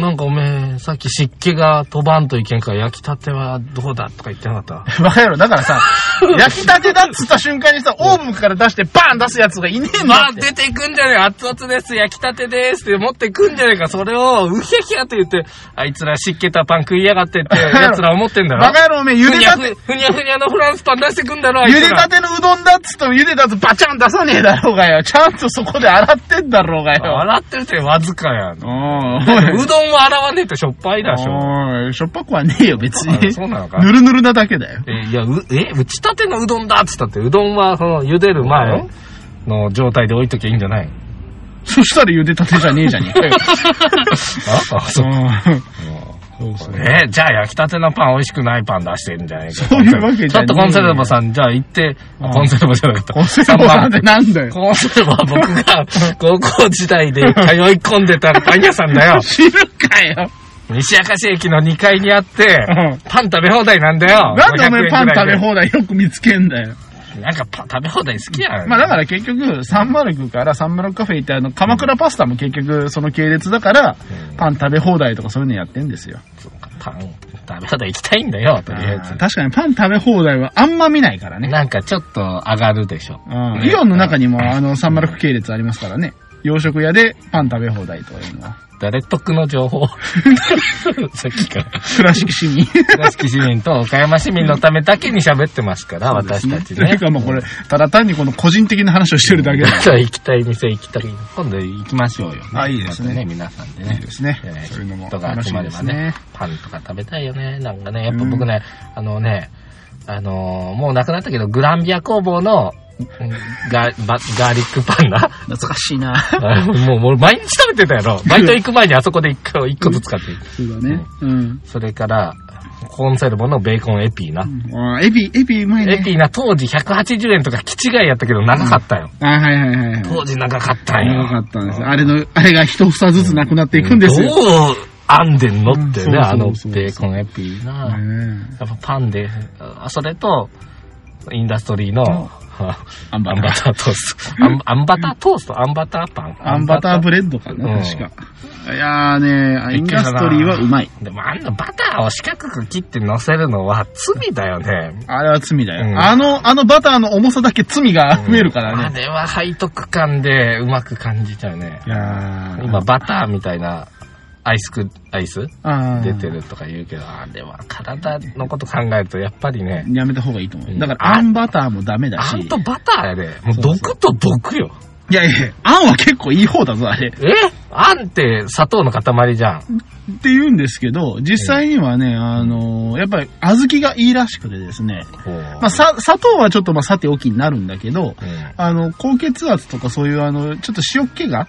なんかおめえ、さっき湿気が飛ばんといけんから焼きたてはどうだとか言ってなかっ バカ野郎、だから さ、焼きたてだっつった瞬間にさ、オーブンから出してバーン出すやつがいねえたん だまっあ、て。出ていくんじゃねえ熱々です焼きたてですって持ってくんじゃねえかそれを、うひゃひゃと言って、あいつら湿気たパン食いやがって って、奴ら思ってんだろバ。カ野郎、おめえ、茹ふでにゃたふて、ふにゃふにゃのフランスパン出してくんだろ、あい茹でつたら。てのうどんだっつっても茹でたとバチャン出さねえだろうがよ。ちゃんとそこで洗ってんだろうがよ。笑ってるってわずかやん。ううどんは洗わねえとしょっぱいだしょ。おい、しょっぱくはねえよ、別にあ。そうなのかぬるぬるなだけだよ。え、いや、う、え、打ちたてのうどんだっつったって、うどんは、その、茹でる前の状態で置いときゃいいんじゃないそしたら茹でたてじゃねえじゃねえかよ。ああ、 そう。そうそう。え、じゃあ焼きたてのパン美味しくないパン出してんじゃねえか。そういうわけじゃねえよちょっとコンセルボさん、じゃあ行って、うんコンセルボじゃなかった。コンセルボなんてなんだよ。。コンセルボは僕が高校時代で通い込んでたパン屋さんだよ知るかよ。西明石駅の2階にあってうん、パン食べ放題なんだよ。なんでお前パン食べ放放題よく見つけんだよ。題なんかパン食べ放題好きやん。まあだから結局、サンマルクからサンマルクカフェ行って、あの、鎌倉パスタも結局その系列だから、パン食べ放題とかそういうのやってんですよ。そうかパン食べ放題行きたいんだよ、とりあえずあー。確かにパン食べ放題はあんま見ないからね。なんかちょっと上がるでしょ。うんイオンの中にもあの、サンマルク系列ありますからね。洋食屋でパン食べ放題というのは。誰得の情 報さっきから。倉敷市 民。倉敷市民と岡山市民のためだけに喋ってますから、私たちといねう。かまあこれ、ただ単にこの個人的な話をしてるだけだだ。から行きたい店行きたい。今度行きましょうよ、あいいですねまた皆さんでいいねで。すねえー。そういうのも人が楽集しまみれでばすねね。、パンとか食べたいよね。なんかね、やっぱ僕ね、あのね、あのーもうなくなったけど、グランビア工房の、うんガバガーリックパンな。懐かしいな。 あもう、もう毎日食べてたやろ。バイト行く前にあそこで一個、一個ずつ買って。そうだね。うん。それから、コンセルボのベーコンエピーな。あーエビ、エビうまいね。エピーな当時180円とか気違いやったけど長かったよ。あーはいはいはいはい。当時長かったん長かよ。ったんですよ。あれの、あれが一房ずつなくなっていくんですよ。どう編んでんのってね、うんあのそうそうそうベーコンエピーな。ねやっぱパンで、あそれと、インダストリーのんはアンアバンタバー。タートースト。アンアンバタートーストアンバターパンアンバターブレレッドかな、うん確か。いやーね、びっインくりしダたスなトリーはうまい。でもあんなバターを四角く切って乗せるのは罪だよね。あれは罪だよ。うんあの、あのバターの重さだけ罪が増えるからあね。れは背徳感でうまく感じたよね。いやー今バターみたいなアイスク、アイスあー出てるとか言うけど、あれは体のこと考えるとやっぱりね、やめた方がいいと思うう。んだから、あんバターもダメだあし。んとバターやで、もうそうそ毒と毒よ。いやいや、あんは結構いい方だぞ、あれ。えあんって砂糖の塊じゃん。って言うんですけど、実際にはね、あの、やっぱり小豆がいいらしくてですね。まあ、さ、砂糖はちょっとまあ、さておきになるんだけど、うあの、高血圧とかそういう、あの、ちょっと塩っ気が、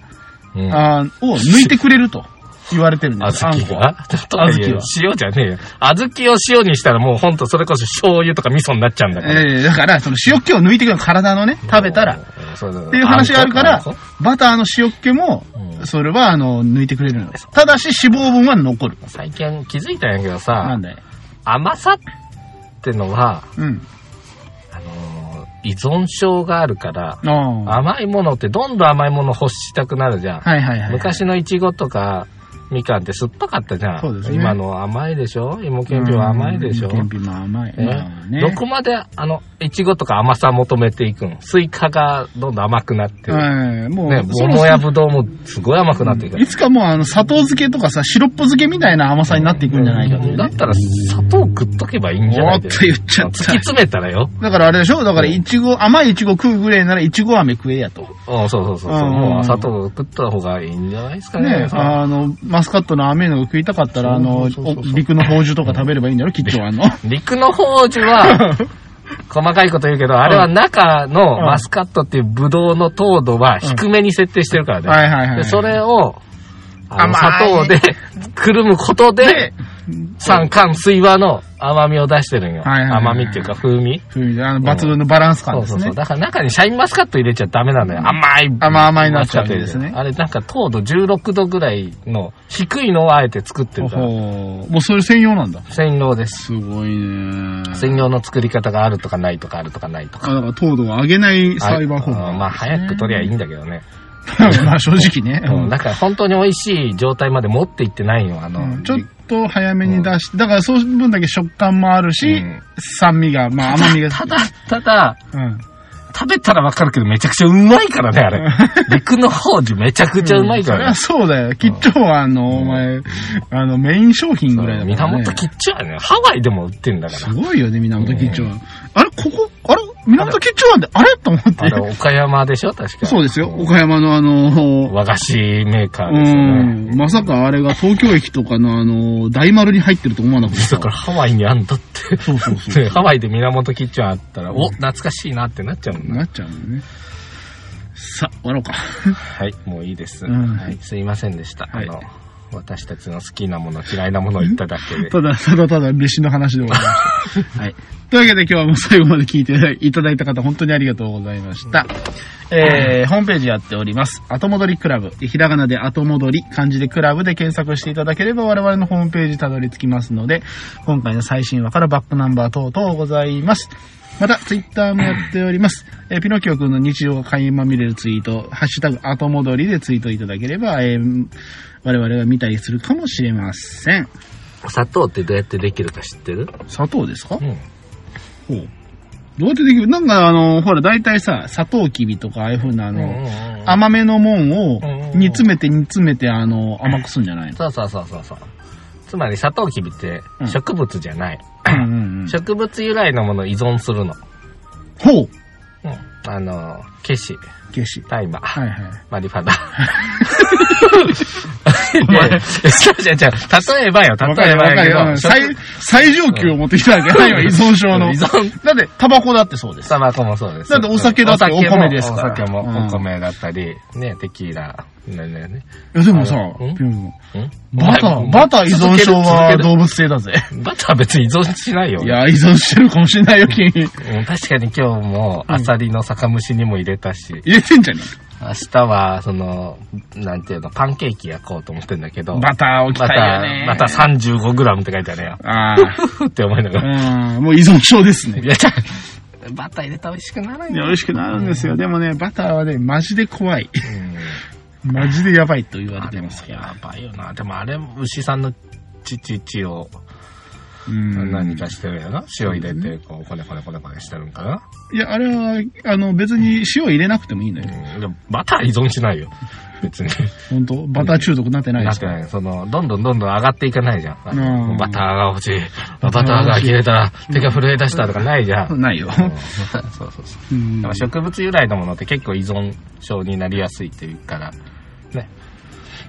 んうんあーを抜いてくれると言われてるんであすずよ。きあんこがちょっと待って小豆は塩じゃねえよ。あずきを塩にしたらもうほんとそれこそ醤油とか味噌になっちゃうんだから。えーだから、その塩っ気を抜いてくれる体のね、食べたら、うん。そうそうっていう話があるかあんらこあんこ、バターの塩っ気もう、んそれは、あの、抜いてくれるのです。ただし、脂肪分は残る。最近気づいたんやけどなさん、だよ。甘さってのは、うん。あのー依存症があるから、ああ。甘いものってどんどん甘いもの欲したくなるじゃん。はいはいはい。昔のイチゴとか、みかんって酸っぱかったじゃん。そうですね今の甘いでしょ芋けんぴは甘いでしょ、うんけんぴも甘い。ねまあねどこまで、あの、いちごとか甘さ求めていくんスイカがどんどん甘くなってる。はい、もう、ね、そろ桃そやろぶどうもすごい甘くなっていくからい。つかもうあの、砂糖漬けとかさ、シロップ漬けみたいな甘さになっていくんじゃないかというね。だったら砂糖食っとけばいいんじゃないおーっと言っちゃっ突たき詰めたらよ。だからあれでしょだから、いちご、甘いいちご食うぐらいなら、いちご飴食えやと。うん、そうそうそうそう。うんもう砂糖食った方がいいんじゃないですかね。ねあの、マスカットの飴のが食いたかったら、あその、うそうそうそうお陸の宝珠とか食べればいいんだろきっとあの。陸の宝珠 は、細かいこと言うけど、あれは中のうんマスカットっていうブドウの糖度は低めに設定してるからね。はいはいはい。 でそれを、あの砂甘い糖 でくるむことでで、、酸寒水和の甘みを出してるんよ。はいはいはい甘みっていうか風味。風味で、あの、抜群のバランスそ感うでそすうそねう。。だから中にシャインマスカット入れちゃダメなんだよ。甘い。甘々になっちゃうんですねあれなんか糖度16度ぐらいの低いのをあえて作ってほるから。ほうもうそれ専用なんだ。専用です。すごいね。専用の作り方があるとかないとかあるとかないとか。あ、だから糖度を上げ ない栽培方法。あうんまあ早く取りゃいいんだけどね。 まあ正直ね。うんだから本当に美味しい状態まで持っていってないよ。あの、うんちょっと早めに出して、だからその分だけ食感もあるし、うん酸味が、まあ甘みが。ただ、ただ、うん。食べたらわかるけどめちゃくちゃうまいからね、あ れ。陸の宝珠めちゃくちゃうまいそかりらゃね。 そうだよ。きっとは、あの、お前、あの、メイン商品ぐらいだから、ね。源吉兆やね。ハワイでも売ってんだかすら。ごいよね、源吉兆庵。あれ、ここ、あれ源吉兆庵で、あれと思っあれ、て。岡山でしょ確か。そうですよ。ん岡山のあの、和菓子メーカーうですよん、ね。まさかあれが東京駅とかのあの、大丸に入ってると思わなかっだたか。らハワイにあんだって。そうそうそうでハワイで源吉兆あったら、お、懐かしいなってなっちゃうもんな。なっちゃうもんね。さ、終わろうか。はい、もういいです。うんはい、すいませんでした。はいあの、私たちの好きなもの、嫌いなものを言っただ けで。ただ、ただただ飯の話で終わりました。 はい。というわけで今日はもう最後まで聞いていただいた方、本当にありがとうございました。えー、ホームページやっております。後戻りクラブ。ひらがなで後戻り、漢字でクラブで検索していただければ我々のホームページたどり着きますので、今回の最新話からバックナンバー等々ございます。また、ツイッターもやっております。えーピノキオくんの日常が垣間見れるツイート、ハッシュタグ後戻りでツイートいただければ、えー我々が見たりするかもしれません。砂糖ってどうやってできるか知ってる砂糖ですかうん。ほう。どうやってできるなんかあの、ほら、大体さ、砂糖きびとか、ああいう風なあの、あ、甘めのもんうをんうんうん煮詰めて煮詰めて、あの、甘くすんじゃないのそうそうそうそうそう。つまりサトウキビってうん植物じゃない。うんうんうん植物由来のものを依存するの。ほううん。あの、ケシ、消し。大麻、はいはい。マリファナ。 いやいや、違う違う違う。例えばよ、わか例えるばわかるやよ。最けど、、最上級を持ってきたわけないわ、依存症の。依存。だって、タバコだってそうです。タバコもそうです。だってお酒だってお米ですからお酒もうんお米だったり、ね、テキーラ、ねねね。いや、でもさあれん、ピュンんバタお前ー、バター依存症続ける続はける動物性だぜ。バターは別に依存しないよ。いや、依存してるかもしれないよ、君。うん確かに今日もアサリの酒蒸しにも入れたし、入れてんじゃね明日は、その、なんていうの、パンケーキ焼こうと思ってんだけど、えバター置きまたいよたね。、また 35g って書いてあるよ。ああ。ふふって思いながら。うん、もう依存症ですね。いや、じゃあバター入れたら美味しくならんいや、美味しくなるんですよ。でもね、バターはね、マジで怖 い。うんマジでやばいと言わあれてでもますから。やばいよな。でもあれ、牛さんのチチチをうん何かしてるやな。塩入れて、こう、こねこねこねこねしてるんかな。いや、あれは、あの、別に塩入れなくてもいいのよ。うん。でもバター依存しないよ。別に。本当バター中毒になってないだでっすかて、その、どんどんどんどん上がっていかないじゃうんん。バターが欲しい。バターが切れた。手が震え出したとかないじゃん。ないよ。うんそうそうそう。うんだから植物由来のものって結構依存症になりやすいっていうから。ね。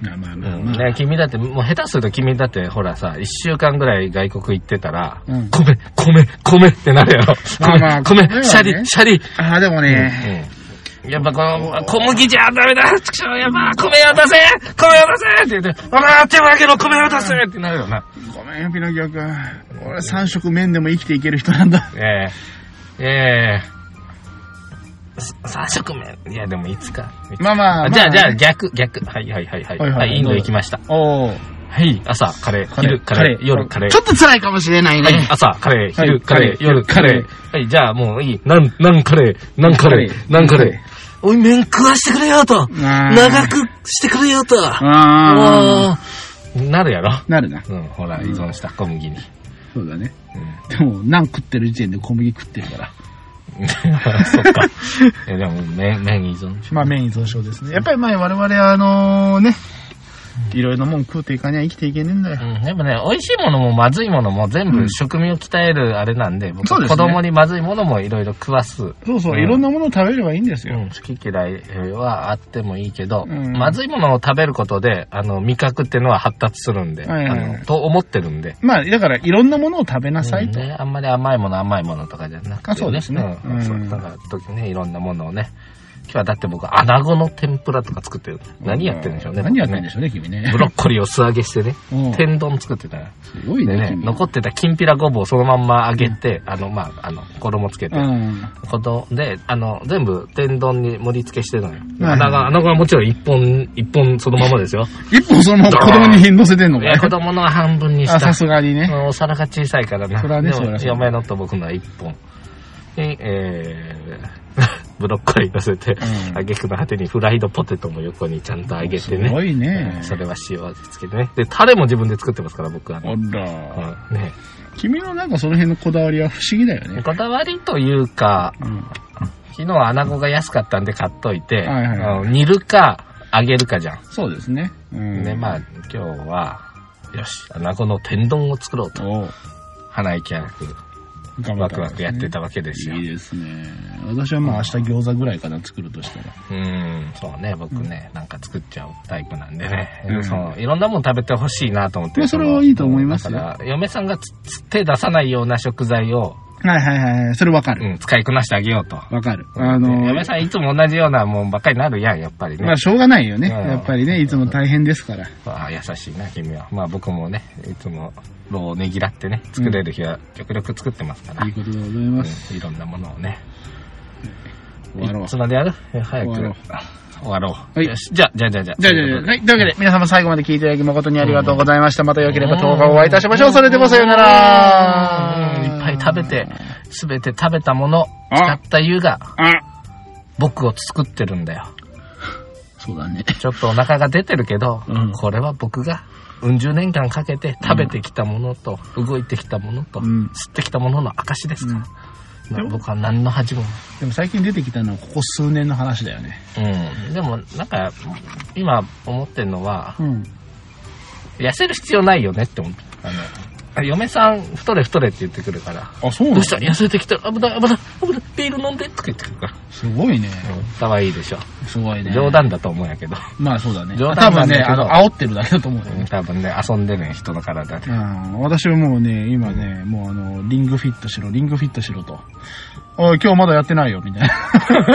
まあまあうまあん。まあ。ね君だって、もう下手すると君だって、ほらさ、一週間ぐらい外国行ってたら、うん米、米、米ってなるやろ。まあまあ米、米米、はねシャリ、シャリ。ああ、でもね、うん。やっぱこの、小麦じゃダメだ畜生やば米を出せ米を出せって言って、あら、手を挙げろ米を出せってなるよな。ごめんよ、ピノキオ君。俺3食麺でも生きていける人なんだ。ええええ三食目。いや、でもいつか。まあまあ。じゃあ、じゃまあ、逆、逆。はい、はい、はい、はい。はいはいはい、インド行きました。あ。おーはい、朝、カレー、カレー昼、カレカー、レー夜、カレーちょ。っと辛いかもしれないはいね、。朝、カレー、は昼、いカレー、夜、カカレーレー。はい、じゃあもういい。なん、なんカレー、なんカレー、なんカレー。おい、麺食わしてくれよとあーくしてくれよとああ。うわーなるやろ。なるな。うん、ほら、依存した、小麦に。そうだね。うんでも、何食ってる時点で小麦食ってるから。 そっか。いや、でも、麺、麺依存症。まあ、メイン依存症ですね。やっぱり前我々はあのね、いろいろなもん食うていかには生きていけねえんだよ。うん、でもね、美味しいものもまずいものも全うん部食味を鍛えるあれなんで、僕そうですね子供にまずいものもいろいろ食わす。うそうそう、んいろんなものを食べればいいんですよ。ん、好き嫌いはあってもいいけど、うんまずいものを食べることで、あの、味覚ってのは発達するんで、はいはいはいあの、と思ってるんで。まあ、だから、いろんなものを食べなさういんと。ね、あんまり甘いもの甘いものとかじゃなくて、ね。あそうですねうんそううんだから、時ね、いろんなものをね。今日はだって僕、穴子の天ぷらとか作ってる。何やってるんでしょうね。何やってるんでししょうね、君ね。ブロッコリーを素揚げしてねうん、天丼作ってたよ。すごいでね、ね、君。残ってたきんぴらごぼうをそのまんま揚げて、あの、まあ、あの、衣つけてう、ん。ことで、あの、全部天丼に盛り付けしてるのよ。はい穴が、穴がもちろん一本、一本そのままですよ。一本そのまま子供に乗せてんのいかや、子よ。供のは半分にしたあ、さ。すがにね。お皿が小さいからな。それはねでそれもはそう嫁のと僕のは一本に、えー、 ブロッコリー乗せて、うん揚げ句の果てにフライドポテトも横にちゃんと揚げてすね。ごいうんね。それは塩味つけてね。で、タレも自分で作ってますから、僕は、おね。ら。うんね、君のなんかその辺のこだわりは不思議だよね。こだわりというか、うん。昨日穴子が安かったんで買っといて、はいはいはいあの煮るか揚げるかじゃん。そうですね。うん。で、まあ今日は、よし、穴子の天丼を作ろうと、おう鼻息荒く、頑張ワったクワクやってたわけですよ。いいですね。私はまあ明日餃子ぐらいかな、作るとしたら。うん、そうね、僕ね、なんか作っちゃうタイプなんでね、うんそのいろんなもの食べてほしいなと思って、まあそれはのいいと思いますよだから、嫁さんがつつ手出さないような食材を、はいはいはい。それわかうる。ん、使いこなしてあげようと。わかる。あの、嫁さんいつも同じようなもんばっかりなるやん、やっぱりね。まあしょうがないよね。うんやっぱりね、いつも大変ですから。ああ、優しいな、君は。まあ僕もね、いつも労をねぎらってね、作れる日は極力作ってますから。いいことでございます。うんいろんなものをね。終わろうい。つまでやるえ早く。終わろう終わろう。はいよし、じゃあ、じゃあ、じゃあ、じゃあ。じゃあじゃあじゃあはい。というわけで、皆様最後まで聞いていただき誠にありがとうございました。また良ければ動画をお会いいたしましょう。それではさようなら。うんいっぱい食べて、すべて食べたもの、あ使った湯があ僕を作ってるんだよ。そうだね。ちょっとお腹が出てるけど、うんこれは僕が、うん十年間かけて食べてきたものと、動いてきたものと、うん吸ってきたものの証ですから。なでも僕は何の恥もない。でも最近出てきたのはここ数年の話だよね。うん、でもなんか今思ってるのはうん。痩せる必要ないよねって思ったあの嫁さん太れ太れって言ってくるからあ、そう「どなのうした痩せてきた危ない危ない危ないビール飲んで」とか言ってくるからすごいね。可愛いでしょすごいね。冗。談だと思うんやけど まあそうだね。冗多談な分んだね、けどあの、煽ってるだけだと思うよ多分ね遊んでる人の体でうん私はもうね、今ね、もうあの、リングフィットしろ、リングフィットしろと。おい、今日まだやってないよ、みたいな。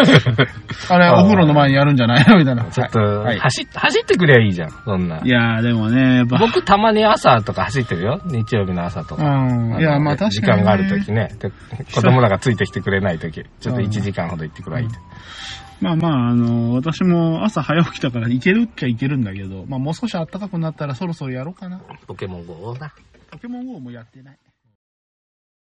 あれ、あーお風呂の前にやるんじゃないのみたいな。ちょっとはいはい走っ走ってくりゃいいじゃんそんないやー、でもね、やっぱ、僕たまに朝とか走ってるよ日曜日の朝とかうん。いや、まあ確かに、時間ね。がある時ね で子供らがついてきてくれない時ちょっと1時間ほど行ってくらいいまあまあ、あの、私も朝早起きたから行けるっちゃ行けるんだけど、まあもう少し暖かくなったらそろそろやろうかな。ポケモン GO をなポケモン GO もやってない。